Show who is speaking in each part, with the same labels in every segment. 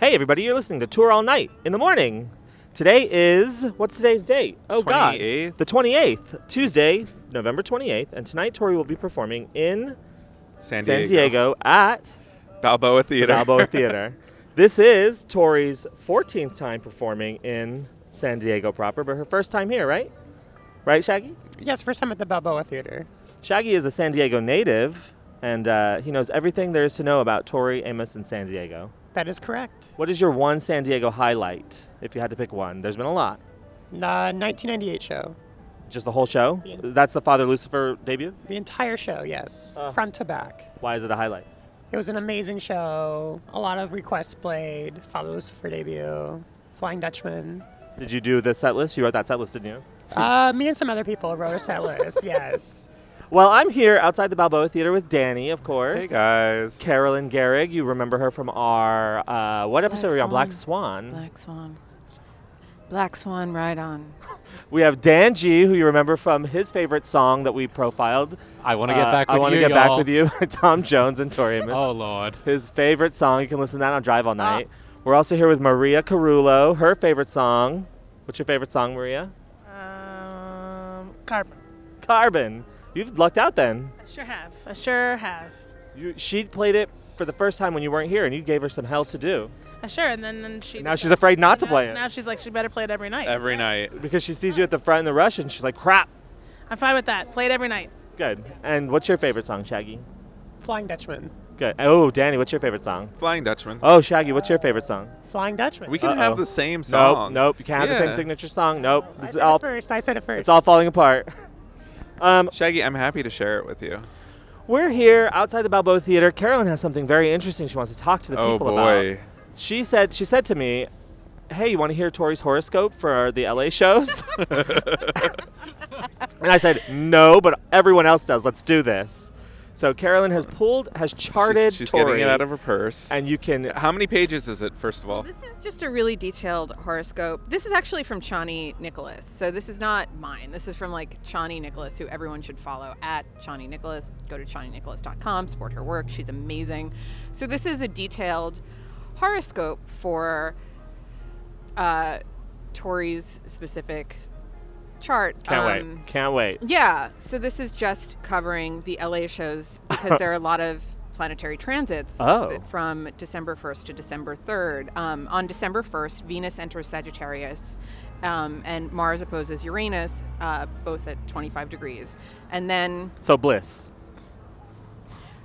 Speaker 1: Hey, everybody, you're listening to Tour All Night in the morning. Today is, what's today's date? Oh, God.
Speaker 2: 28th?
Speaker 1: The 28th, Tuesday, November 28th. And tonight, Tori will be performing in
Speaker 2: San
Speaker 1: San Diego at
Speaker 2: Balboa Theater.
Speaker 1: Balboa Theater. This is Tori's 14th time performing in San Diego proper, but her first time here, right? Right, Shaggy?
Speaker 3: Yes, first time at the Balboa Theater.
Speaker 1: Shaggy is a San Diego native, and uh, he knows everything there is to know about Tori Amos and San Diego.
Speaker 3: That is correct.
Speaker 1: What is your one San Diego highlight, if you had to pick one? There's been a lot.
Speaker 3: The 1998 show.
Speaker 1: Just the whole show?
Speaker 3: Yeah.
Speaker 1: That's the Father Lucifer debut?
Speaker 3: The entire show, yes.
Speaker 1: Uh.
Speaker 3: Front to back.
Speaker 1: Why is it a highlight?
Speaker 3: It was an amazing show. A lot of requests played. Father Lucifer debut. Flying Dutchman.
Speaker 1: Did you do the set list? You wrote that set list, didn't you?
Speaker 3: Uh, me and some other people wrote a set list, yes.
Speaker 1: Well, I'm here outside the Balboa Theater with Danny, of course.
Speaker 2: Hey guys.
Speaker 1: Carolyn Gehrig, you remember her from our uh, what episode were you on? Black Swan.
Speaker 4: Black Swan. Black Swan, right on.
Speaker 1: We have Dan G, who you remember from his favorite song that we profiled.
Speaker 5: I want to get
Speaker 1: Uh,
Speaker 5: back with
Speaker 1: I want to
Speaker 5: you,
Speaker 1: get back
Speaker 5: y'all.
Speaker 1: with you. Tom Jones and Tori Amos.
Speaker 5: Oh, Lord.
Speaker 1: His favorite song. You can listen to that on Drive All Night. We're also here with Maria Carullo, her favorite song. What's your favorite song, Maria?
Speaker 6: Um, carbon.
Speaker 1: Carbon. You've lucked out then.
Speaker 6: I sure have. I sure have.
Speaker 1: You, she played it for the first time when you weren't here, and you gave her some hell to do
Speaker 6: I sure. And then, then she.
Speaker 1: And now she's afraid not to
Speaker 6: now-
Speaker 1: play it.
Speaker 6: Now she's like, she better play it every night.
Speaker 2: Every night.
Speaker 1: because she sees you at the front in the rush, and she's like, "Crap."
Speaker 6: I'm fine with that. Play it every night.
Speaker 1: Good. And what's your favorite song, Shaggy?
Speaker 3: Flying Dutchman.
Speaker 1: Good. Oh, Danny, what's your favorite song?
Speaker 2: Flying Dutchman.
Speaker 1: Oh, Shaggy, what's your favorite song?
Speaker 3: Flying Dutchman.
Speaker 2: We can
Speaker 1: Uh-oh.
Speaker 2: have the same
Speaker 1: Nope,
Speaker 2: song.
Speaker 1: nope. You can't have the same
Speaker 2: Yeah.
Speaker 1: signature song. Nope.
Speaker 3: I
Speaker 1: This is
Speaker 3: said it
Speaker 1: all,
Speaker 3: first. I said it first.
Speaker 1: it's all falling apart. Um,
Speaker 2: Shaggy, I'm happy to share it with you.
Speaker 1: we're here outside the Balboa Theater. Carolyn has something very interesting she wants to talk to the
Speaker 2: oh
Speaker 1: people
Speaker 2: boy.
Speaker 1: about. She said she said to me, "Hey, you want to hear Tori's horoscope for the LA shows?" and I said, "No, but everyone else does. Let's do this." So Carolyn has pulled, has charted
Speaker 2: She's, she's
Speaker 1: Tori,
Speaker 2: getting it out of her purse.
Speaker 1: and you can
Speaker 2: how many pages is it, first of all?
Speaker 4: This is just a really detailed horoscope. This is actually from Chani Nicholas. So this is not mine. This is from like Chani Nicholas, who everyone should follow at Chani Nicholas. Go to ChaniNicholas.com, support her work. She's amazing. So this is a detailed horoscope for uh, Tori's specific chart.
Speaker 1: can't
Speaker 4: Um,
Speaker 1: wait, can't wait.
Speaker 4: Yeah. So this is just covering the LA shows because there are a lot of planetary transits
Speaker 1: Oh.
Speaker 4: from December 1st to December 3rd. Um, on December 1st, Venus enters Sagittarius. Um, and Mars opposes Uranus, uh, both at 25 degrees. And then
Speaker 1: So bliss.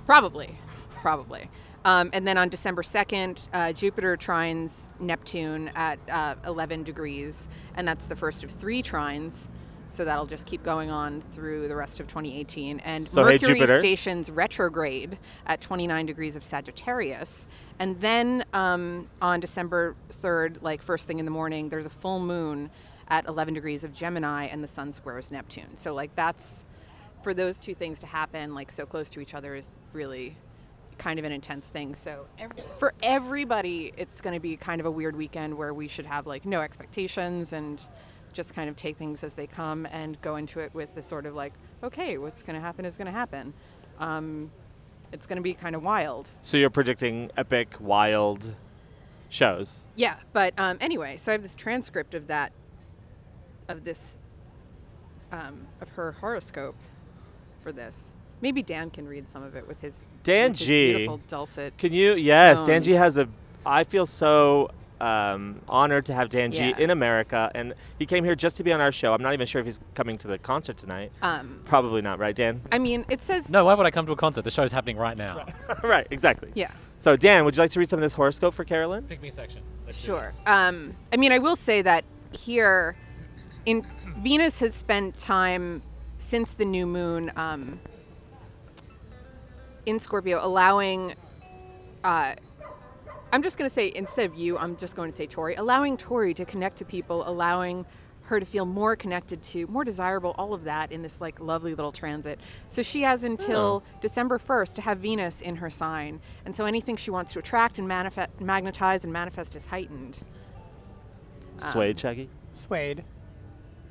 Speaker 4: Probably, probably. Um, and then on December 2nd, uh, Jupiter trines Neptune at uh, 11 degrees, and that's the first of three trines. So that'll just keep going on through the rest of 2018. And
Speaker 1: So hey,
Speaker 4: Mercury
Speaker 1: Jupiter.
Speaker 4: stations retrograde at 29 degrees of Sagittarius. And then um, on December 3rd, like first thing in the morning, there's a full moon at 11 degrees of Gemini, and the sun squares Neptune. So, like, that's for those two things to happen like so close to each other is really kind of an intense thing so ev- for everybody it's going to be kind of a weird weekend where we should have like no expectations and just kind of take things as they come and go into it with the sort of like okay what's going to happen is going to happen um, it's going to be kind of wild
Speaker 1: So you're predicting epic, wild shows.
Speaker 4: yeah but um, anyway so i have this transcript of that of this um, of her horoscope for this maybe dan can read some of it with his
Speaker 1: Dan
Speaker 4: with his
Speaker 1: G.
Speaker 4: beautiful dulcet
Speaker 1: Can you? Yes, Dan
Speaker 4: Um,
Speaker 1: G has a. I feel so um, honored to have Dan G
Speaker 4: Yeah.
Speaker 1: in America, and he came here just to be on our show. I'm not even sure if he's coming to the concert tonight.
Speaker 4: um,
Speaker 1: Probably not, right, Dan?
Speaker 4: i mean it says
Speaker 5: No, why would I come to a concert? The show's happening right now.
Speaker 1: right, exactly.
Speaker 4: yeah
Speaker 1: So, Dan, would you like to read some of this horoscope for Carolyn?
Speaker 5: Pick me section. Let's do
Speaker 4: Sure.
Speaker 5: this.
Speaker 4: Um, I mean, I will say that here, in Venus has spent time since the new moon um, in Scorpio, allowing. Uh, I'm just going to say instead of you, I'm just going to say Tori, allowing Tori to connect to people, allowing her to feel more connected to, more desirable, all of that in this like lovely little transit. So she has until December 1st to have Venus in her sign. And so anything she wants to attract and manifest, magnetize and manifest is heightened. Um,
Speaker 1: Sway, Chucky.
Speaker 3: Suede.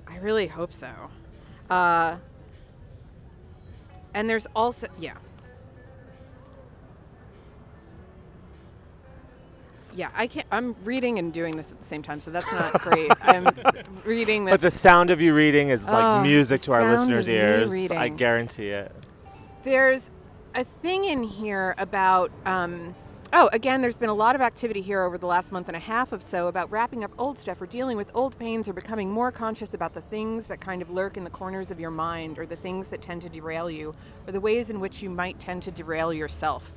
Speaker 4: I really hope so. Uh, and there's also, yeah. Yeah, I can't. I'm reading and doing this at the same time, so that's not great. I'm reading this.
Speaker 1: But the sound of you reading is like
Speaker 4: Oh,
Speaker 1: music
Speaker 4: the
Speaker 1: to our
Speaker 4: sound
Speaker 1: listeners'
Speaker 4: of me
Speaker 1: ears. I
Speaker 4: reading.
Speaker 1: guarantee it.
Speaker 4: there's a thing in here about um, oh again there's been a lot of activity here over the last month and a half of so about wrapping up old stuff or dealing with old pains or becoming more conscious about the things that kind of lurk in the corners of your mind or the things that tend to derail you or the ways in which you might tend to derail yourself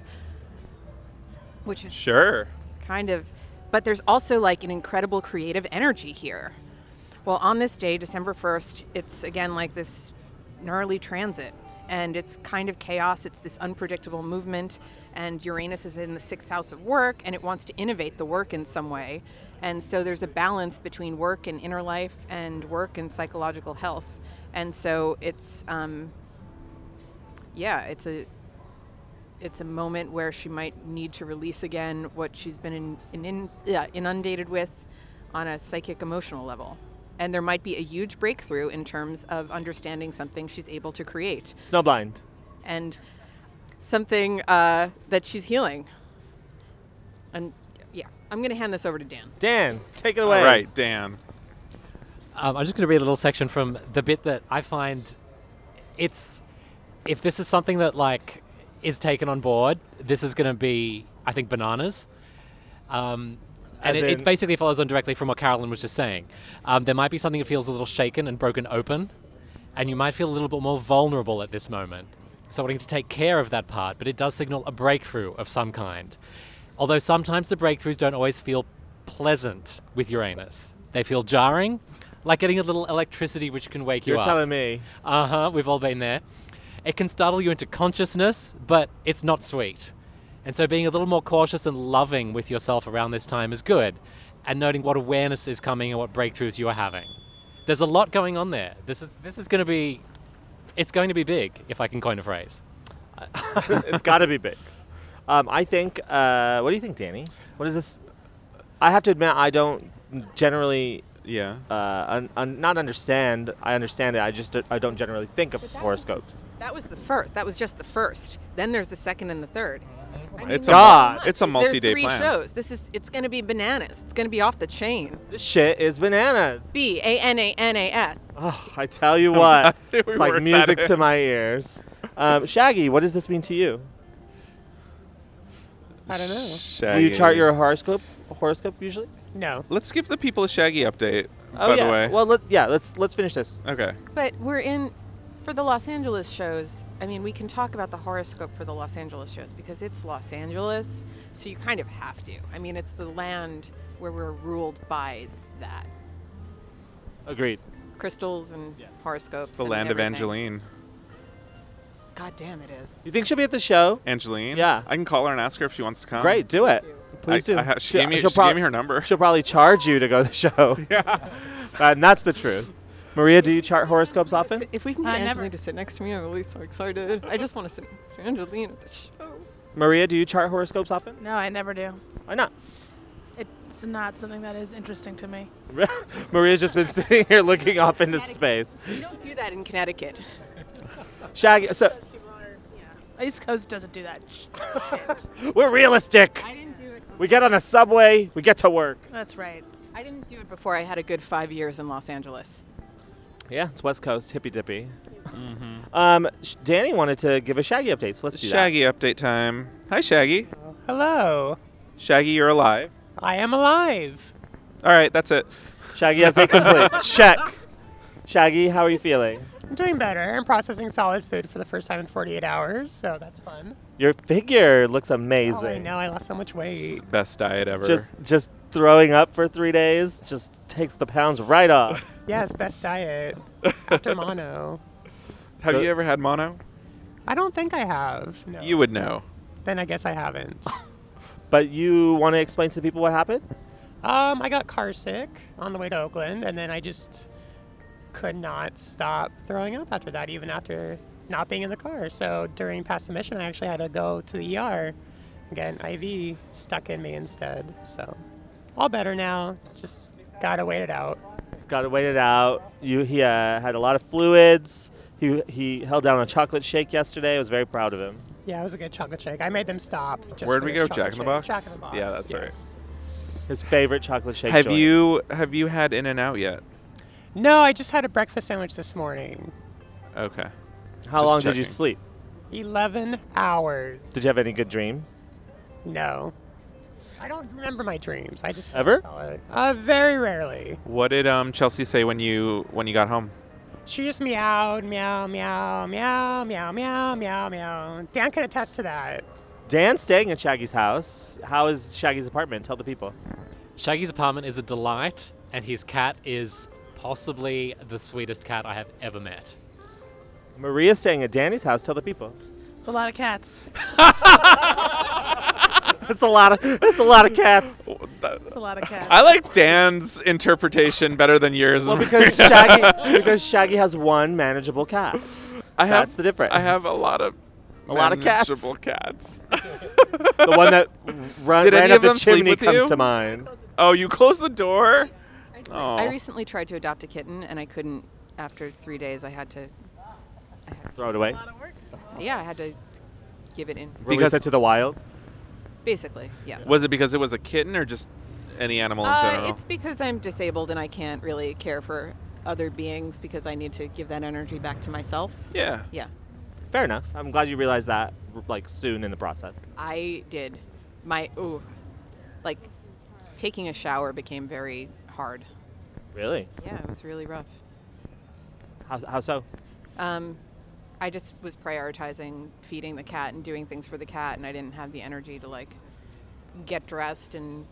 Speaker 4: which is
Speaker 2: Sure.
Speaker 4: kind of but there's also like an incredible creative energy here well on this day december 1st it's again like this gnarly transit and it's kind of chaos it's this unpredictable movement and uranus is in the sixth house of work and it wants to innovate the work in some way and so there's a balance between work and inner life and work and psychological health and so it's um, yeah it's a it's a moment where she might need to release again what she's been in, in, in, yeah, inundated with on a psychic emotional level. And there might be a huge breakthrough in terms of understanding something she's able to create
Speaker 1: Snowblind.
Speaker 4: and something uh, that she's healing. And yeah, I'm going to hand this over to Dan.
Speaker 1: Dan, take it
Speaker 2: All
Speaker 1: away.
Speaker 2: right, Dan.
Speaker 5: Um, I'm just going to read a little section from the bit that I find it's if this is something that like is taken on board, this is going to be I think bananas. Um, and
Speaker 1: As
Speaker 5: it,
Speaker 1: in-
Speaker 5: it basically follows on directly from what Carolyn was just saying. Um, there might be something that feels a little shaken and broken open, and you might feel a little bit more vulnerable at this moment. So wanting to take care of that part, but it does signal a breakthrough of some kind. Although sometimes the breakthroughs don't always feel pleasant with Uranus. They feel jarring, like getting a little electricity which can wake
Speaker 1: You're
Speaker 5: you up.
Speaker 1: telling me.
Speaker 5: Uh huh. We've all been there. It can startle you into consciousness, but it's not sweet. And so, being a little more cautious and loving with yourself around this time is good, and noting what awareness is coming and what breakthroughs you are having. There's a lot going on there. This is this is going to be, it's going to be big if I can coin a phrase.
Speaker 1: it's got to be big. Um, I think. Uh, what do you think, Danny? What is this? I have to admit, I don't generally
Speaker 2: Yeah.
Speaker 1: uh, un- un- not understand. I understand it. I just d- I don't generally think of
Speaker 4: But that was-
Speaker 1: horoscopes.
Speaker 4: That was the first. That was just the first. Then there's the second and the third. I mean,
Speaker 2: It's
Speaker 1: a mul-
Speaker 4: God.
Speaker 2: it's a
Speaker 4: There's
Speaker 2: multi-day
Speaker 4: three
Speaker 2: plan.
Speaker 4: shows. This is it's going to be bananas. It's going to be off the chain.
Speaker 1: This shit is bananas.
Speaker 4: B A N A N A S.
Speaker 1: Oh, I tell you what,
Speaker 2: did we
Speaker 1: it's like
Speaker 2: work that
Speaker 1: music
Speaker 2: in?
Speaker 1: to my ears. Um, Shaggy, what does this mean to you?
Speaker 3: I don't know.
Speaker 1: Do you chart your horoscope? Horoscope usually?
Speaker 3: No.
Speaker 2: Let's give the people a Shaggy update.
Speaker 1: Oh
Speaker 2: by
Speaker 1: yeah.
Speaker 2: the way.
Speaker 1: Well, let, yeah. Let's let's finish this.
Speaker 2: okay.
Speaker 4: But we're in for the Los Angeles shows. I mean, we can talk about the horoscope for the Los Angeles shows because it's Los Angeles, so you kind of have to. I mean, it's the land where we're ruled by that
Speaker 1: Agreed.
Speaker 4: crystals and horoscopes.
Speaker 2: It's the
Speaker 4: and
Speaker 2: land
Speaker 4: everything.
Speaker 2: of Angeline.
Speaker 4: God damn, it is.
Speaker 1: You think she'll be at the show?
Speaker 2: Angeline.
Speaker 1: Yeah.
Speaker 2: I can call her and ask her if she wants to come.
Speaker 1: Great, do it. Please
Speaker 2: Um,
Speaker 1: do.
Speaker 2: I- I ha- she gave me-
Speaker 1: she'll
Speaker 2: she gave me her number.
Speaker 1: She'll probably charge you to go to the show. Yeah, and that's the truth. Maria, do you chart horoscopes often?
Speaker 4: If we can get
Speaker 6: I
Speaker 4: Angelina
Speaker 6: never-
Speaker 4: to sit next to me, I'm really so excited. I just want to sit next to Angelina at the show.
Speaker 1: Maria, do you chart horoscopes often?
Speaker 6: No, I never do.
Speaker 1: Why not?
Speaker 6: It's not something that is interesting to me.
Speaker 1: Maria's just been sitting here looking off into space.
Speaker 4: You don't do that in Connecticut.
Speaker 1: Shaggy, so
Speaker 6: Yeah. East Coast doesn't do that. sh- Shit.
Speaker 1: we're realistic.
Speaker 4: I didn't do it.
Speaker 1: We get on a subway, we get to work.
Speaker 6: That's right.
Speaker 4: I didn't do it before I had a good five years in Los Angeles.
Speaker 1: Yeah, it's West Coast, hippy dippy. Um, sh- Danny wanted to give a Shaggy update, so let's do
Speaker 2: Shaggy update time. Hi, Shaggy.
Speaker 3: Hello.
Speaker 2: Shaggy, you're alive.
Speaker 3: I am alive.
Speaker 2: All right, that's it.
Speaker 1: that. Shaggy update complete. Check. Shaggy, how are you feeling?
Speaker 3: I'm doing better. I'm processing solid food for the first time in 48 hours, so that's fun.
Speaker 1: Your figure looks
Speaker 3: Oh, I
Speaker 1: amazing.
Speaker 3: know. I lost so much weight.
Speaker 2: Best diet ever.
Speaker 1: just just throwing up for three days just takes the pounds right off.
Speaker 3: Yes, best diet after mono.
Speaker 2: Have you ever had mono?
Speaker 3: I don't think I have. No.
Speaker 2: You would know.
Speaker 3: Then I guess I haven't.
Speaker 1: but you want to explain to the people what happened?
Speaker 3: Um, I got car sick on the way to Oakland, and then I just could not stop throwing up after that, even after not being in the car. So during past the mission, I actually had to go to the ER and get an IV stuck in me instead. So all better now. Just gotta wait it out.
Speaker 1: Just got to wait it out. You he uh, had a lot of fluids. He he held down a chocolate shake yesterday. I was very proud of him.
Speaker 3: Yeah, it was a good chocolate shake. I made them stop. Just
Speaker 2: Where'd
Speaker 3: for
Speaker 2: we go?
Speaker 3: this chocolate
Speaker 2: Jack in the
Speaker 3: shake.
Speaker 2: Box?
Speaker 3: Jack in the box.
Speaker 2: Yeah, that's right.
Speaker 3: yes.
Speaker 1: His favorite chocolate shake.
Speaker 2: Have
Speaker 1: joint.
Speaker 2: you have you had In and Out yet?
Speaker 3: No, I just had a breakfast sandwich this morning.
Speaker 2: Okay.
Speaker 1: How
Speaker 2: just
Speaker 1: long did you
Speaker 2: checking.
Speaker 1: sleep?
Speaker 3: 11 hours.
Speaker 1: Did you have any good dreams?
Speaker 3: No. I don't remember my dreams. I just
Speaker 1: Ever?
Speaker 3: Uh, very rarely.
Speaker 2: What did um Chelsea say when you when you got home?
Speaker 3: She just meowed, meow, meow, meow, meow, meow, meow, meow. Dan can attest to that.
Speaker 1: Dan's staying at Shaggy's house. How is Shaggy's apartment? Tell the people.
Speaker 5: Shaggy's apartment is a delight, and his cat is possibly the sweetest cat I have ever met.
Speaker 1: Maria's staying at Danny's house. Tell the people.
Speaker 6: It's a lot of cats.
Speaker 1: That's a lot of. That's a lot of cats.
Speaker 6: It's a lot of cats.
Speaker 2: I like Dan's interpretation better than yours.
Speaker 1: Well, because Shaggy, because Shaggy has one manageable cat.
Speaker 2: I have,
Speaker 1: that's the difference.
Speaker 2: I have a lot of
Speaker 1: A lot of cats.
Speaker 2: manageable cats.
Speaker 1: The one that run,
Speaker 2: Did
Speaker 1: ran
Speaker 2: any
Speaker 1: up
Speaker 2: of
Speaker 1: the
Speaker 2: them sleep
Speaker 1: chimney
Speaker 2: with
Speaker 1: comes
Speaker 2: you?
Speaker 1: to mind.
Speaker 2: oh, you closed the door. Oh.
Speaker 4: I recently tried to adopt a kitten and I couldn't. After three days, I had to.
Speaker 1: Throw it away.
Speaker 4: Yeah, I had to give it in.
Speaker 1: Release
Speaker 2: Because-
Speaker 1: it to the wild.
Speaker 4: Basically, yes.
Speaker 2: was it because it was a kitten or just any animal in
Speaker 4: Uh,
Speaker 2: general?
Speaker 4: it's because I'm disabled and I can't really care for other beings because I need to give that energy back to myself.
Speaker 2: yeah.
Speaker 4: Yeah,
Speaker 1: Fair enough. I'm glad you realized that r- like soon in the process.
Speaker 4: I did. My ooh, like taking a shower became very hard.
Speaker 1: Really?
Speaker 4: Yeah, it was really rough.
Speaker 1: How, how so?
Speaker 4: Um, I just was prioritizing feeding the cat and doing things for the cat, and I didn't have the energy to like get dressed and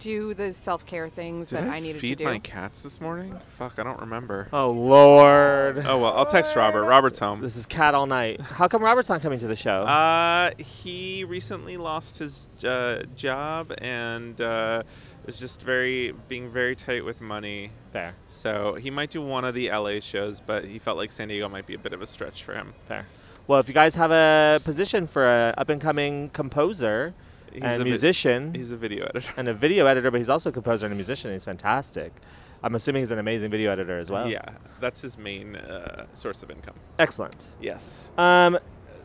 Speaker 4: do the self care things
Speaker 2: Did
Speaker 4: that
Speaker 2: I,
Speaker 4: I, needed
Speaker 2: feed
Speaker 4: to do.
Speaker 2: my cats this morning? Fuck, I don't remember.
Speaker 1: Oh Lord.
Speaker 2: Oh well, I'll text Robert. Robert's home.
Speaker 1: This is cat all night. How come Robert's not coming to the show?
Speaker 2: Uh, he recently lost his uh, job and uh, is just very being very tight with money.
Speaker 1: fair,
Speaker 2: So he might do one of the LA shows, but he felt like San Diego might be a bit of a stretch for him.
Speaker 1: fair. Well, if you guys have a position for an up and coming composer
Speaker 2: He's a
Speaker 1: and
Speaker 2: vi-
Speaker 1: musician,
Speaker 2: He's a video editor.
Speaker 1: and a video editor, but he's also a composer and a musician. And he's fantastic. I'm assuming he's an amazing video editor as well.
Speaker 2: Yeah, that's his main uh, source of income.
Speaker 1: Excellent.
Speaker 2: Yes.
Speaker 1: Um,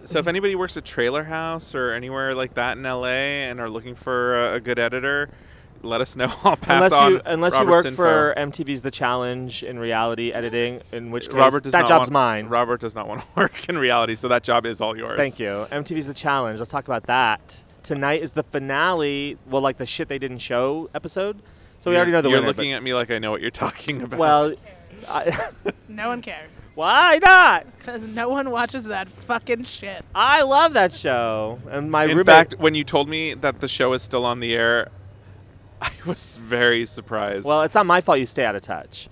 Speaker 2: So if anybody works at Trailer House or anywhere like that in LA and are looking for a, a good editor, let us know. I'll pass
Speaker 1: unless
Speaker 2: on.
Speaker 1: you unless you
Speaker 2: Robert's
Speaker 1: work
Speaker 2: info.
Speaker 1: for MTV's The Challenge in reality editing, in which case
Speaker 2: Robert does
Speaker 1: that
Speaker 2: not
Speaker 1: job's
Speaker 2: want-
Speaker 1: mine.
Speaker 2: Robert does not want to work in reality, so that job is all yours.
Speaker 1: Thank you. MTV's The Challenge. Let's talk about that. Tonight is the finale. Well, like the shit they didn't show episode. So we already know the
Speaker 2: You're
Speaker 1: winner.
Speaker 2: looking at me like I know what you're talking about.
Speaker 1: but, well, I,
Speaker 6: no one cares.
Speaker 1: why not?
Speaker 6: Because no one watches that fucking shit.
Speaker 1: I love that show. And my
Speaker 2: in
Speaker 1: roommate.
Speaker 2: fact, when you told me that the show is still on the air, I was very surprised.
Speaker 1: Well, it's not my fault you stay out of touch.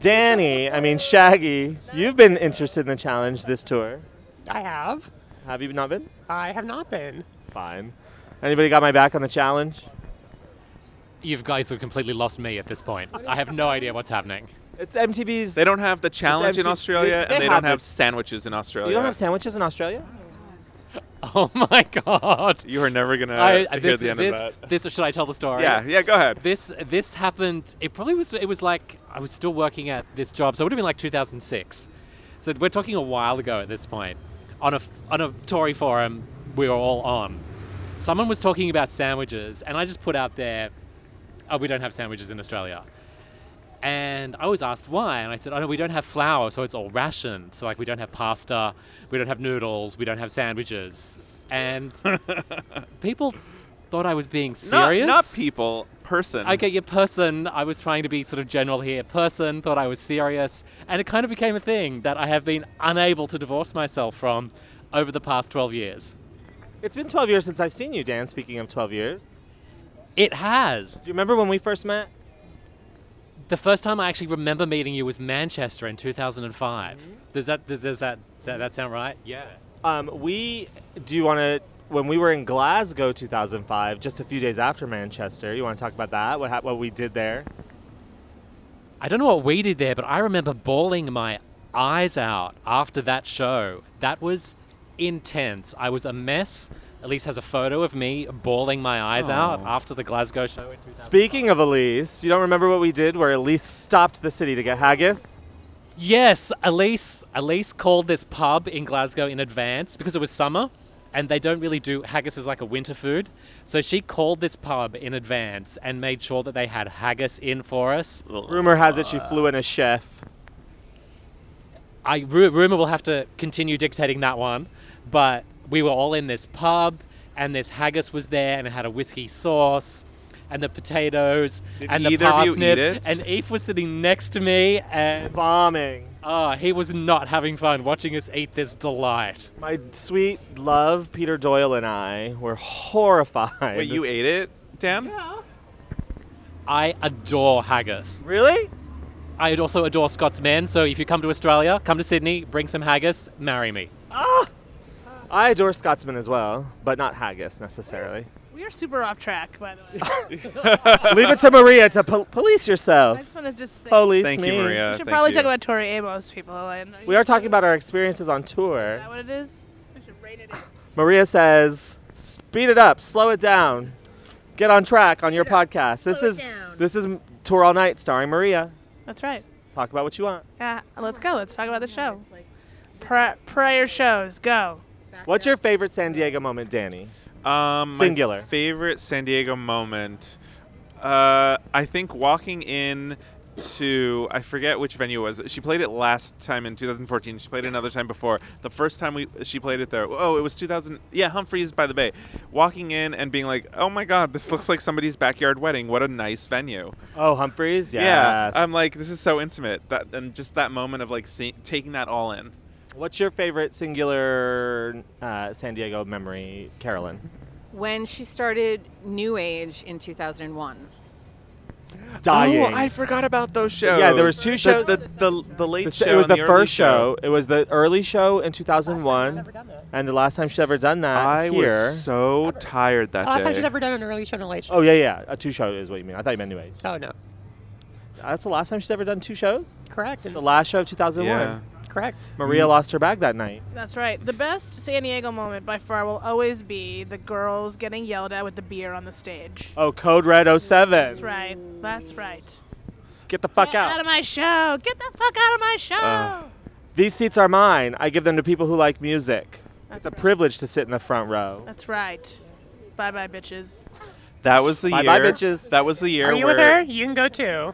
Speaker 1: Danny, I mean Shaggy, you've been interested in the challenge this tour.
Speaker 3: I have.
Speaker 1: Have you not been?
Speaker 3: I have not been.
Speaker 1: Fine. Anybody got my back on the challenge?
Speaker 5: You guys have completely lost me at this point. I have no idea what's happening.
Speaker 1: It's MTV's.
Speaker 2: they don't have the challenge in
Speaker 1: MT
Speaker 2: Australia,
Speaker 1: they-
Speaker 2: and
Speaker 1: they
Speaker 2: they don't
Speaker 1: have it.
Speaker 2: have sandwiches in Australia.
Speaker 1: You don't have sandwiches in Australia?
Speaker 5: Oh my god.
Speaker 2: You are never gonna
Speaker 5: I,
Speaker 2: hear
Speaker 5: this,
Speaker 2: the end
Speaker 5: this,
Speaker 2: of that.
Speaker 5: this, should I tell the story?
Speaker 2: yeah, yeah. Go ahead.
Speaker 5: This this happened. It probably was. It was like I was still working at this job, so it would have been like 2006. So we're talking a while ago at this point. On a f- on a Tory forum, we were all on. Someone was talking about sandwiches, and I just put out there, "Oh, we don't have sandwiches in Australia." And I was asked why, and I said, "Oh no, we don't have flour, so it's all rationed. So like, we don't have pasta, we don't have noodles, we don't have sandwiches." And people thought I was being
Speaker 2: Not-
Speaker 5: serious.
Speaker 2: Not, people, person.
Speaker 5: Okay, your person, I was trying to be sort of general here. Person thought I was serious, and it kind of became a thing that I have been unable to divorce myself from over the past 12 years.
Speaker 1: It's been 12 years since I've seen you, Dan. Speaking of 12 years, do
Speaker 5: It has.
Speaker 1: you remember when we first met?
Speaker 5: The first time I actually remember meeting you was Manchester in 2005. Does that does, does that does that, that sound right? Yeah.
Speaker 1: Um, we do you want to when we were in Glasgow 2005, just a few days after Manchester. You want to talk about that? What hap what we did there?
Speaker 5: I don't know what we did there, but I remember bawling my eyes out after that show. That was intense. I was a mess. Elise has a photo of me bawling my eyes out
Speaker 2: Aw.
Speaker 5: after the Glasgow show in 2005.
Speaker 1: Speaking of Elise, you don't remember what we did where Elise stopped the city to get haggis?
Speaker 5: Yes, Elise. Elise called this pub in Glasgow in advance because it was summer, and they don't really do haggis as like a winter food. So she called this pub in advance and made sure that they had haggis in for us.
Speaker 1: Rumor has it she
Speaker 2: Uh.
Speaker 1: flew in a chef.
Speaker 5: I ru- rumor will have to continue dictating that one, but we were all in this pub, and this haggis was there, and it had a whiskey sauce, and the potatoes,
Speaker 2: Did
Speaker 5: and the
Speaker 2: either of you eat
Speaker 5: parsnips,
Speaker 2: it?
Speaker 5: and Eve was sitting next to me, and
Speaker 1: Bombing.
Speaker 5: oh, he was not having fun watching us eat this delight.
Speaker 1: My sweet love, Peter Doyle and I were horrified.
Speaker 2: Wait, you ate it, Dan?
Speaker 5: I adore haggis.
Speaker 1: really?
Speaker 5: I also adore Scots men, so if you come to Australia, come to Sydney, bring some haggis, marry me.
Speaker 1: Ah! I adore Scotsmen as well, but not haggis necessarily.
Speaker 6: We are super off track, by the way.
Speaker 1: Leave it to Maria to pol- police yourself.
Speaker 6: I just want to just say.
Speaker 1: Police
Speaker 2: Thank
Speaker 1: me.
Speaker 2: you, Maria.
Speaker 6: we should
Speaker 2: Thank
Speaker 6: probably
Speaker 2: you.
Speaker 6: talk about Tori Amos, people. I know
Speaker 1: We are talking about our experiences on
Speaker 6: Is
Speaker 1: tour.
Speaker 6: that what it is? We should rate it. in.
Speaker 1: Maria says, "Speed it up, slow it down, get on track on your podcast." This
Speaker 4: slow it
Speaker 1: is
Speaker 4: down.
Speaker 1: this is Tour All Night starring Maria.
Speaker 6: That's right.
Speaker 1: Talk about what you want.
Speaker 6: Yeah, Uh, let's go. Let's talk about the show. Pri- prior shows, go.
Speaker 1: What's your favorite San Diego moment, Danny?
Speaker 2: Um, my
Speaker 1: Singular.
Speaker 2: favorite San Diego moment. Uh, I think walking in to I forget which venue it was. She played it last time in 2014. She played it another time before. The first time we she played it there. Oh, it was 2000. Yeah, Humphreys by the Bay. Walking in and being like, "Oh my God, this looks like somebody's backyard wedding. What a nice venue."
Speaker 1: Oh, Humphreys.
Speaker 2: Yeah, um, I'm like, this is so intimate. That and just that moment of like see, taking that all in.
Speaker 1: What's your favorite singular uh, San Diego memory, Carolyn?
Speaker 4: When she started New Age in 2001.
Speaker 1: Dying.
Speaker 2: Oh, I forgot about those shows.
Speaker 1: Yeah, there was two shows-
Speaker 2: The the, the, the late
Speaker 1: The s-
Speaker 2: show.
Speaker 1: it was
Speaker 2: and
Speaker 1: the,
Speaker 2: early
Speaker 1: first show. It was the early show in 2001,
Speaker 3: Never done that.
Speaker 1: and the last time she's ever done that
Speaker 2: I
Speaker 1: here.
Speaker 2: was so tired that
Speaker 3: Oh, Last
Speaker 2: day.
Speaker 3: time she's ever done an early show in a late show.
Speaker 1: oh yeah, yeah, a two show is what you mean. I thought you meant New Age.
Speaker 3: Oh, no.
Speaker 1: That's the last time she's ever done two shows.
Speaker 3: Correct. and-
Speaker 1: The last show of 2001.
Speaker 2: yeah. Mm-hmm.
Speaker 3: Correct.
Speaker 1: Maria lost her bag that night.
Speaker 6: That's right. The best San Diego moment by far will always be the girls getting yelled at with the beer on the stage.
Speaker 1: Oh, Code Red 07.
Speaker 6: That's right. That's right.
Speaker 1: Get the fuck
Speaker 6: Get out
Speaker 1: out.
Speaker 6: of my show. Get the fuck out of my show.
Speaker 2: Uh,
Speaker 1: These seats are mine. I give them to people who like music.
Speaker 6: That's
Speaker 1: It's a
Speaker 6: right.
Speaker 1: privilege to sit in the front row.
Speaker 6: That's right. Bye bye, bitches.
Speaker 2: That was the
Speaker 1: Bye-bye,
Speaker 2: year.
Speaker 1: bitches.
Speaker 2: That was the year
Speaker 3: Are you
Speaker 2: where
Speaker 3: with her? You can go too.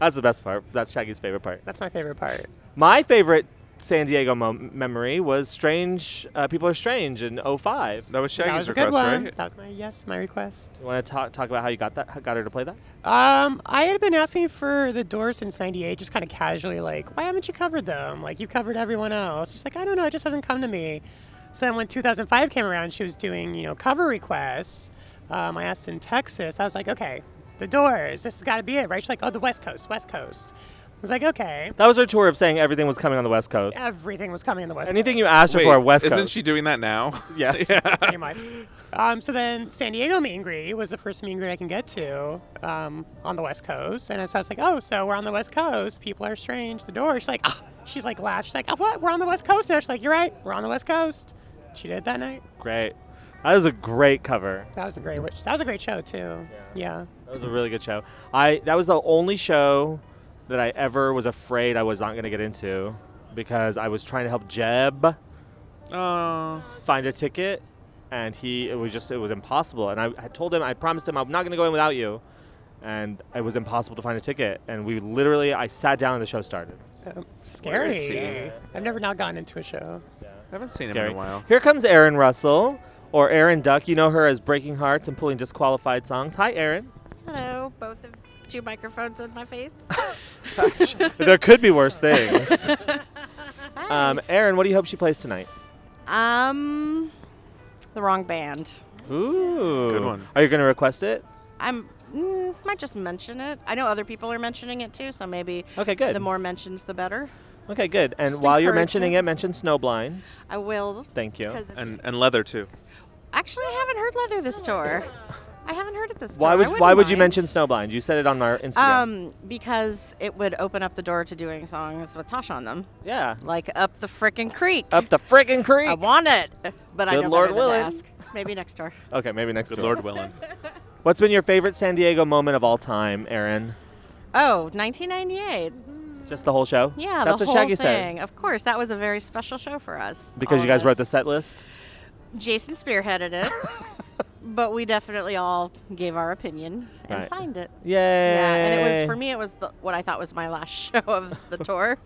Speaker 1: That's the best part. That's Shaggy's favorite part.
Speaker 3: That's my favorite part.
Speaker 1: My favorite San Diego mo- memory was Strange. Uh, people are strange in 05.
Speaker 2: that was Shaggy's
Speaker 3: That was a
Speaker 2: request,
Speaker 3: good one.
Speaker 2: right?
Speaker 3: That was my yes, my request.
Speaker 1: You want to talk talk about how you got that? How got her to play that?
Speaker 3: Um, I had been asking for the Doors since '98, just kind of casually, like, why haven't you covered them? Like, you covered everyone else. She's like, I don't know, it just hasn't come to me. So then when 2005 came around, she was doing, you know, cover requests. Um, I asked in Texas. I was like, okay, the Doors, this has got to be it, right? She's like, oh, the West Coast, West Coast. I was like, okay.
Speaker 1: That was her tour of saying everything was coming on the West Coast.
Speaker 3: Everything was coming in the West.
Speaker 1: Anything you asked her
Speaker 2: Wait,
Speaker 1: for, West
Speaker 2: isn't
Speaker 1: Coast.
Speaker 2: she doing that now?
Speaker 1: Yes.
Speaker 3: Coast, pretty much. Um, so then San Diego meet and greet was the first meet and greet I can get to um, on the West Coast, and so I was like, oh, so we're on the West Coast. People are strange. The door. She's like, ah. she's like, laugh. She's like, oh, what? We're on the West Coast now. She's like, you're right. We're on the West Coast. She did that night.
Speaker 1: Great. That was a great cover.
Speaker 3: That was a great. That was a great show too. Yeah.
Speaker 1: That was a really good show. I that was the only show that I ever was afraid I was not going to get into because I was trying to help Jeb
Speaker 2: Oh,
Speaker 1: find a ticket, and he it was just it was impossible. And I, I told him I promised him I'm not going to go in without you, and it was impossible to find a ticket. And we literally I sat down and the show started.
Speaker 3: Um,
Speaker 2: he?
Speaker 3: scary. I've never not gotten into a show.
Speaker 2: I haven't seen him
Speaker 1: Scary.
Speaker 2: in a while.
Speaker 1: Here comes Erin Russell or Erin Duck. You know her as breaking hearts and pulling disqualified songs. Hi, Erin.
Speaker 7: Hello, both of two microphones in my face.
Speaker 1: there could be worse things. um, Erin, what do you hope she plays tonight?
Speaker 7: Um, the wrong band.
Speaker 1: Ooh.
Speaker 2: Good one.
Speaker 1: Are you going to request it?
Speaker 7: I'm mm, might just mention it. I know other people are mentioning it too, so maybe
Speaker 1: Okay, good.
Speaker 7: the more mentions, the better.
Speaker 1: okay, good. And
Speaker 7: Just
Speaker 1: while you're
Speaker 7: encourage
Speaker 1: mentioning
Speaker 7: her.
Speaker 1: it, mention Snowblind.
Speaker 7: I will.
Speaker 1: Thank you.
Speaker 7: 'cause if-
Speaker 2: And and leather too.
Speaker 7: actually, I haven't heard leather this tour. I haven't heard it this
Speaker 1: Why
Speaker 7: tour.
Speaker 1: would
Speaker 7: I
Speaker 1: Why
Speaker 7: wouldn't
Speaker 1: would you
Speaker 7: mind.
Speaker 1: mention Snowblind? You said it on our Instagram.
Speaker 7: Um, because it would open up the door to doing songs with Tosh on them,
Speaker 1: yeah.
Speaker 7: like up the frickin' creek.
Speaker 1: Up the frickin' creek.
Speaker 7: I want it, but I
Speaker 1: Uh, Good
Speaker 7: know
Speaker 1: Lord
Speaker 7: better than to
Speaker 1: willing.
Speaker 7: ask. Maybe next tour.
Speaker 1: okay, maybe next
Speaker 2: Good
Speaker 1: tour.
Speaker 2: Lord willing.
Speaker 1: What's been your favorite San Diego moment of all time, Erin?
Speaker 7: Oh, 1998.
Speaker 1: Just the whole show?
Speaker 7: Yeah,
Speaker 1: That's
Speaker 7: the
Speaker 1: what
Speaker 7: whole
Speaker 1: Shaggy
Speaker 7: thing.
Speaker 1: said.
Speaker 7: Of course, that was a very special show for us.
Speaker 1: Because
Speaker 7: all
Speaker 1: you
Speaker 7: of
Speaker 1: guys wrote the
Speaker 7: us.
Speaker 1: set list?
Speaker 7: Jason spearheaded it, but we definitely all gave our opinion and
Speaker 1: Right.
Speaker 7: signed it.
Speaker 1: Yay!
Speaker 7: Yeah, and it was for me. It was the, what I thought was my last show of the tour.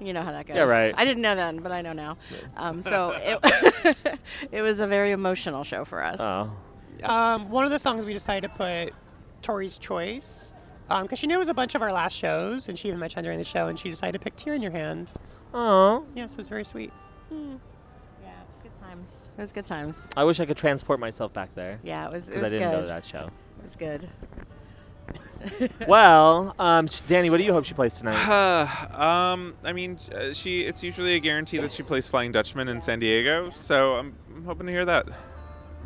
Speaker 7: you know how that goes.
Speaker 1: Yeah, right.
Speaker 7: I didn't know then, but I know now. Um, so it it was a very emotional show for us.
Speaker 1: Oh.
Speaker 3: Um, one of the songs we decided to put Tori's Choice because she knew it was a bunch of our last shows, and she even mentioned during the show, and she decided to pick Tear in Your Hand.
Speaker 1: Aw.
Speaker 3: Yes, it was very sweet.
Speaker 7: Yeah, it was good times. It was good times.
Speaker 1: I wish I could transport myself back there
Speaker 7: Yeah, it was. It
Speaker 1: because
Speaker 7: was
Speaker 1: I didn't
Speaker 7: good.
Speaker 1: go to that show.
Speaker 7: It was good.
Speaker 1: well, um, sh- Danny, what do you hope she plays tonight?
Speaker 2: um, I mean, uh, she. It's usually a guarantee that she plays Flying Dutchman in San Diego, so I'm, I'm hoping to hear that.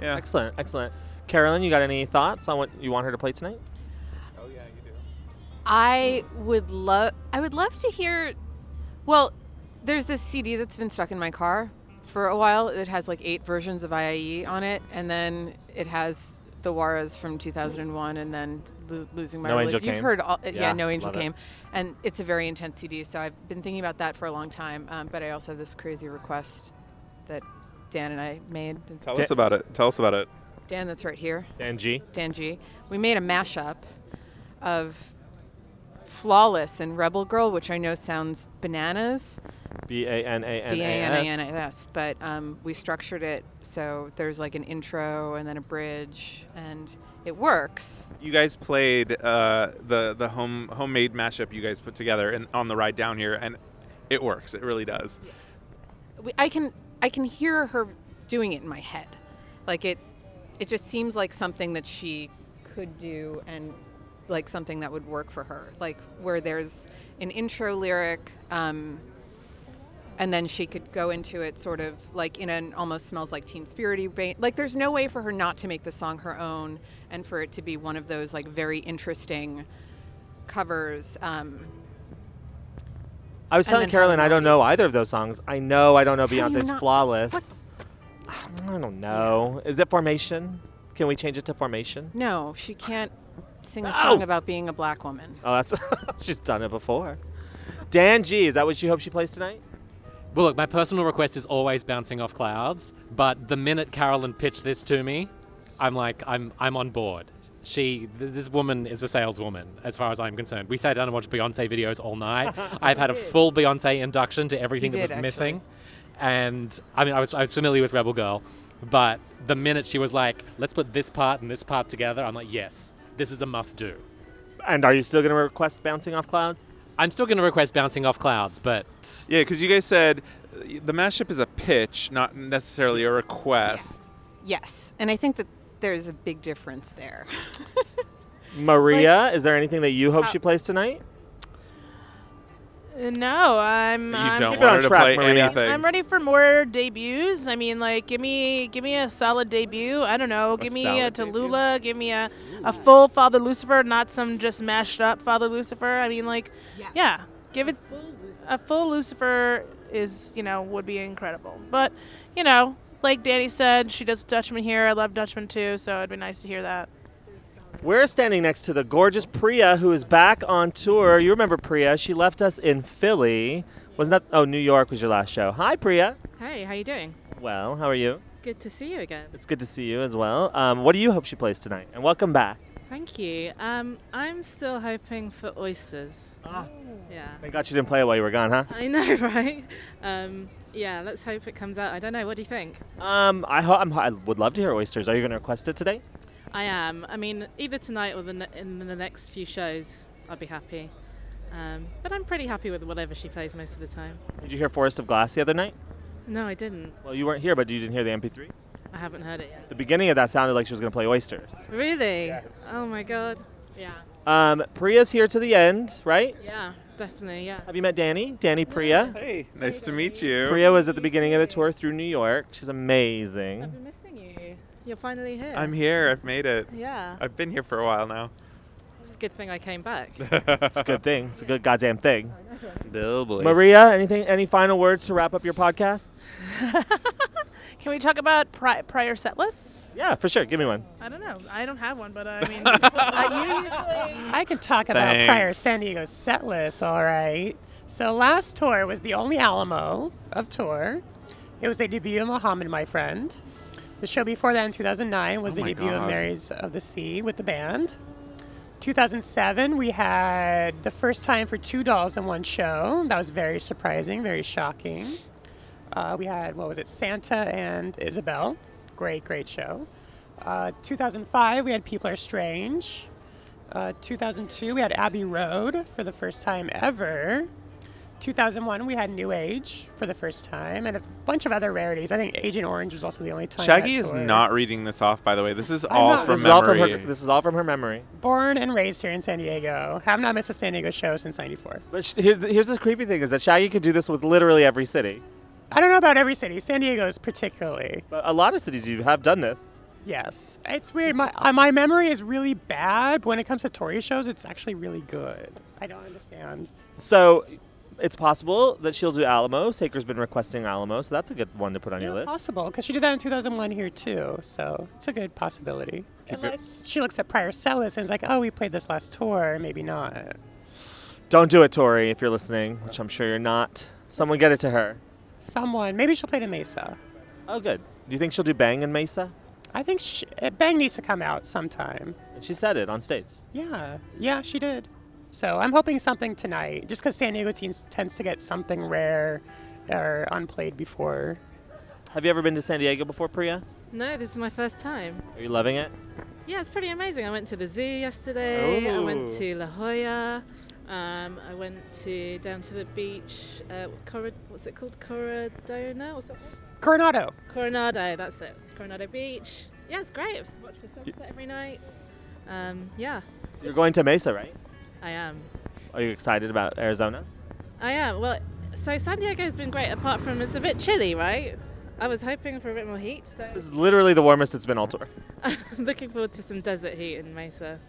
Speaker 2: Yeah.
Speaker 1: excellent, excellent. Carolyn, you got any thoughts on what you want her to play tonight?
Speaker 4: I would love I would love to hear well, there's this CD that's been stuck in my car for a while. It has like eight versions of IIE on it and then it has the Juarez from 2001 and then Lo- losing my
Speaker 1: No
Speaker 4: Relig-
Speaker 1: Angel
Speaker 4: You've
Speaker 1: Came.
Speaker 4: heard all, yeah,
Speaker 1: Yeah,
Speaker 4: No Angel
Speaker 1: love it.
Speaker 4: Came. And it's a very intense CD, so I've been thinking about that for a long time, um, but I also have this crazy request that Dan and I made.
Speaker 2: Tell
Speaker 1: Da-
Speaker 2: us about it. Tell us about it.
Speaker 4: Dan that's right here.
Speaker 1: Dan G.
Speaker 4: Dan G. We made a mashup of Flawless and Rebel Girl, which I know sounds bananas,
Speaker 1: B A N A N
Speaker 4: B A N A N
Speaker 1: A S.
Speaker 4: A S, but um, we structured it so there's like an intro and then a bridge, and it works.
Speaker 2: You guys played uh, the the home homemade mashup you guys put together and on the ride down here, and it works. It really does.
Speaker 4: We, I can I can hear her doing it in my head, like it it just seems like something that she could do and like something that would work for her, like where there's an intro lyric. Um, and then she could go into it sort of like in an almost smells like teen spirity vein. Like there's no way for her not to make the song her own and for it to be one of those like very interesting covers. Um,
Speaker 1: I was
Speaker 4: And
Speaker 1: telling
Speaker 4: then Helen
Speaker 1: Carolyn I don't know either of those songs. I know I don't know
Speaker 4: do you
Speaker 1: Beyonce's
Speaker 4: not-
Speaker 1: Flawless. I don't know. Is it Formation? Can we change it to Formation?
Speaker 4: no, she can't sing a
Speaker 1: No!
Speaker 4: song about being a black woman.
Speaker 1: Oh, that's she's done it before. Dan G, is that what you hope she plays tonight?
Speaker 5: Well, look, my personal request is always bouncing off clouds, but the minute Carolyn pitched this to me, I'm like, I'm, I'm on board. She, th- this woman is a saleswoman, as far as I'm concerned. We sat down and watched Beyonce videos all night. I've had a full Beyonce induction to everything
Speaker 4: You
Speaker 5: that was
Speaker 4: did, actually.
Speaker 5: missing, and I mean, I was, I was familiar with Rebel Girl, but the minute she was like, let's put this part and this part together, I'm like, yes, this is a must-do.
Speaker 1: And are you still going to request bouncing off clouds?
Speaker 5: I'm still going to request bouncing off clouds, but
Speaker 2: Yeah, because you guys said uh, the mashup is a pitch, not necessarily a request.
Speaker 4: Yes, and I think that there's a big difference there.
Speaker 1: Maria, is there anything that you hope she plays tonight?
Speaker 6: Uh, No, I'm.
Speaker 2: You
Speaker 6: I'm
Speaker 2: don't
Speaker 1: Keep it on
Speaker 2: want her
Speaker 1: track,
Speaker 2: to play
Speaker 1: Maria.
Speaker 2: anything.
Speaker 6: I'm ready for more debuts. I mean, like, give me give me a solid debut. I don't know. Give me
Speaker 1: solid
Speaker 6: a
Speaker 1: debut.
Speaker 6: Tallulah. Give me a, a full Father Lucifer, not some just mashed up Father Lucifer. I mean, like, yeah, give it a full Lucifer is you know would be incredible. But you know, like Danny said, she does Dutchman here. I love Dutchman too, so it'd be nice to hear that.
Speaker 1: We're standing next to the gorgeous Priya, who is back on tour. You remember Priya? She left us in Philly. Wasn't that? Oh, New York was your last show. Hi, Priya.
Speaker 8: Hey, how you doing?
Speaker 1: Well, how are you?
Speaker 8: Good to see you again.
Speaker 1: It's good to see you as well. Um, what do you hope she plays tonight? And welcome back.
Speaker 8: Thank you. Um, I'm still hoping for oysters.
Speaker 1: Ah.
Speaker 8: Yeah.
Speaker 1: Thank God she didn't play it while you were gone, huh?
Speaker 8: I know, right? Um, yeah, let's hope it comes out. I don't know. What do you think?
Speaker 1: Um, I ho- I'm, I would love to hear oysters. Are you going to request it today?
Speaker 8: I am. I mean, either tonight or the ne- in the next few shows, I'll be happy. Um, but I'm pretty happy with whatever she plays most of the time.
Speaker 1: Did you hear Forest of Glass the other night?
Speaker 8: No, I didn't.
Speaker 1: Well, you weren't here, but you didn't hear the MP3.
Speaker 8: I haven't heard it yet.
Speaker 1: The beginning of that sounded like she was going to play oysters.
Speaker 8: Really? Oh my god. Yeah.
Speaker 1: Um, Priya's here to the end, right?
Speaker 8: Yeah. Definitely. Yeah.
Speaker 1: Have you met Danny? Danny Priya.
Speaker 2: Hey, nice to meet you.
Speaker 1: Priya was at the beginning of the tour through New York. She's
Speaker 8: I've
Speaker 1: amazing.
Speaker 8: been missing you. You're finally here.
Speaker 2: I'm here. I've made it.
Speaker 8: Yeah.
Speaker 2: I've been here for a while now.
Speaker 8: It's a good thing I came back.
Speaker 1: It's a good thing. It's a good goddamn thing.
Speaker 2: Double.
Speaker 1: Maria, anything? Any final words to wrap up your podcast?
Speaker 6: Can we talk about pri- prior set lists?
Speaker 1: Yeah, for sure. Give me one.
Speaker 6: I don't know. I don't have one, but I mean, I usually.
Speaker 3: I can talk about prior
Speaker 2: Thanks.
Speaker 3: San Diego set list, all right. So last tour was the only Alamo of tour. It was a debut of Muhammad, my friend. The show before that in 2009 was
Speaker 2: Oh
Speaker 3: the
Speaker 2: my
Speaker 3: debut
Speaker 2: God.
Speaker 3: of Marys of the Sea with the band. 2007, we had the first time for two dolls in one show. That was very surprising, very shocking. Uh, we had, what was it, Santa and Isabel. Great, great show. Uh, 2005, we had People Are Strange. Uh, 2002, we had Abbey Road for the first time ever. 2001, we had New Age for the first time, and a bunch of other rarities. I think Agent Orange was also the only time. that
Speaker 2: Shaggy is
Speaker 3: toured.
Speaker 2: not reading this off, by the way. This is
Speaker 3: I'm
Speaker 2: all
Speaker 3: not-
Speaker 2: from
Speaker 1: this is all
Speaker 2: memory.
Speaker 1: from her. This is all from her memory.
Speaker 3: born and raised here in San Diego. Have not missed a San Diego show since '94.
Speaker 1: But sh- here's the, here's the creepy thing: is that Shaggy could do this with literally every city.
Speaker 3: I don't know about every city. San Diego's particularly.
Speaker 1: But a lot of cities you have done this.
Speaker 3: Yes, it's weird. My uh, my memory is really bad. But when it comes to Tory shows, it's actually really good. I don't understand.
Speaker 1: So it's possible that she'll do Alamo. Saker's been requesting Alamo, so that's a good one to put on your
Speaker 3: Yeah,
Speaker 1: list.
Speaker 3: possible because she did that in 2001 here too, so it's a good possibility.
Speaker 1: Keep it-
Speaker 3: Unless she looks at prior sellers and is like, "Oh, we played this last tour. Maybe not."
Speaker 1: Don't do it, Tori, if you're listening, which I'm sure you're not. Someone get it to her.
Speaker 3: Someone. Maybe she'll play to Mesa.
Speaker 1: Oh, good. Do you think she'll do Bang in Mesa?
Speaker 3: I think sh uh, Bang needs to come out sometime.
Speaker 1: She said it on stage.
Speaker 3: Yeah, yeah, she did. So I'm hoping something tonight, just because San Diego teens tends to get something rare or unplayed before.
Speaker 1: Have you ever been to San Diego before, Priya?
Speaker 8: No, this is my first time.
Speaker 1: Are you loving it?
Speaker 8: Yeah, it's pretty amazing. I went to the zoo yesterday. I went
Speaker 1: Ooh.
Speaker 8: to La Jolla. Um, I went to down to the beach. Uh, Corra- what's it called? Corradona? What's it called?
Speaker 3: Coronado.
Speaker 8: Coronado. That's it. Coronado Beach. Yeah, it's great. I was watching the sunset every night. Um, yeah,
Speaker 1: You're going to Mesa, right?
Speaker 8: I am.
Speaker 1: Are you excited about Arizona?
Speaker 8: I am. Well, so San Diego's been great. Apart from it's a bit chilly, right? I was hoping for a bit more heat. So
Speaker 1: This is literally the warmest it's been all tour.
Speaker 8: I'm looking forward to some desert heat in Mesa.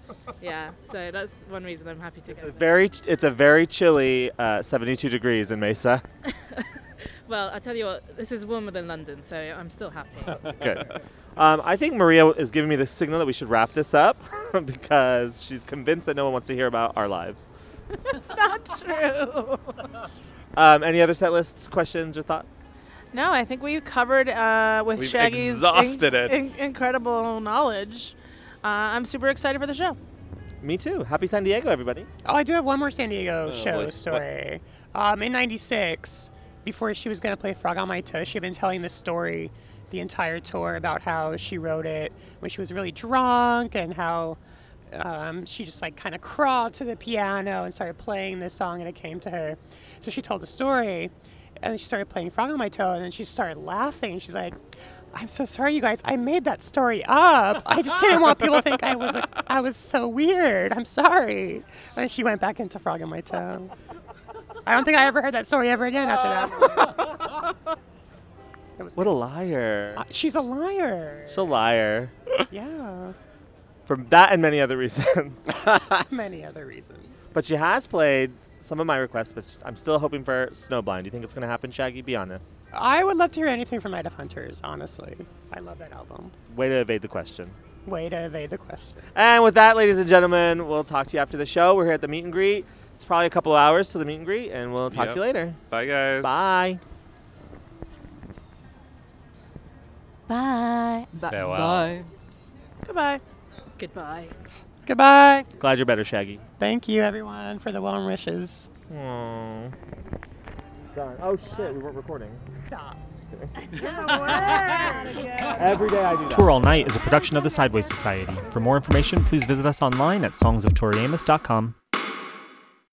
Speaker 8: Yeah, so that's one reason I'm happy to go.
Speaker 1: Very, it's a very chilly uh, 72 degrees in Mesa.
Speaker 8: Well, I tell you what, this is warmer than London, so I'm still happy.
Speaker 1: Good. Um, I think Maria is giving me the signal that we should wrap this up because she's convinced that no one wants to hear about our lives.
Speaker 6: It's not true.
Speaker 1: Um, any other set lists, questions, or thoughts?
Speaker 6: No, I think we covered uh, with
Speaker 2: We've
Speaker 6: Shaggy's
Speaker 2: exhausted it.
Speaker 6: incredible knowledge. Uh, I'm super excited for the show.
Speaker 1: Me too. Happy San Diego, everybody.
Speaker 3: Oh, I do have one more San Diego
Speaker 2: Oh,
Speaker 3: show
Speaker 2: boy. What?
Speaker 3: story. Um, in '96, before she was going to play Frog on My Toe, she had been telling this story the entire tour about how she wrote it when she was really drunk and how um, she just like kind of crawled to the piano and started playing this song and it came to her. So she told the story and then she started playing Frog on My Toe and then she started laughing. She's like, I'm so sorry, you guys. I made that story up. I just didn't want people to think I was like, I was so weird. I'm sorry. And she went back into Frog on My Toe. I don't think I ever heard that story ever again after that. It was-
Speaker 1: What a liar.
Speaker 3: uh, She's a liar.
Speaker 1: She's a liar.
Speaker 3: yeah.
Speaker 1: For that and many other reasons.
Speaker 3: Many other reasons.
Speaker 1: but she has played some of my requests, but I'm still hoping for Snowblind. Do you think it's going to happen, Shaggy? Be honest.
Speaker 3: I would love to hear anything from Night of Hunters, honestly. I love that album.
Speaker 1: Way to evade the question.
Speaker 3: Way to evade the question.
Speaker 1: And with that, ladies and gentlemen, we'll talk to you after the show. We're here at the meet and greet. It's probably a couple of hours to the meet and greet, and we'll talk
Speaker 2: Yep.
Speaker 1: to you later.
Speaker 2: Bye, guys.
Speaker 1: Bye.
Speaker 7: Bye.
Speaker 5: Farewell.
Speaker 6: Goodbye.
Speaker 8: Goodbye.
Speaker 3: Goodbye.
Speaker 1: Glad you're better, Shaggy.
Speaker 3: Thank you, everyone, for the warm wishes.
Speaker 1: Aww. Oh shit, we weren't recording.
Speaker 3: Stop.
Speaker 1: Every day I do
Speaker 9: Tour All Night is a production of the Sideways Society. For more information, please visit us online at songsoftoriamus.com.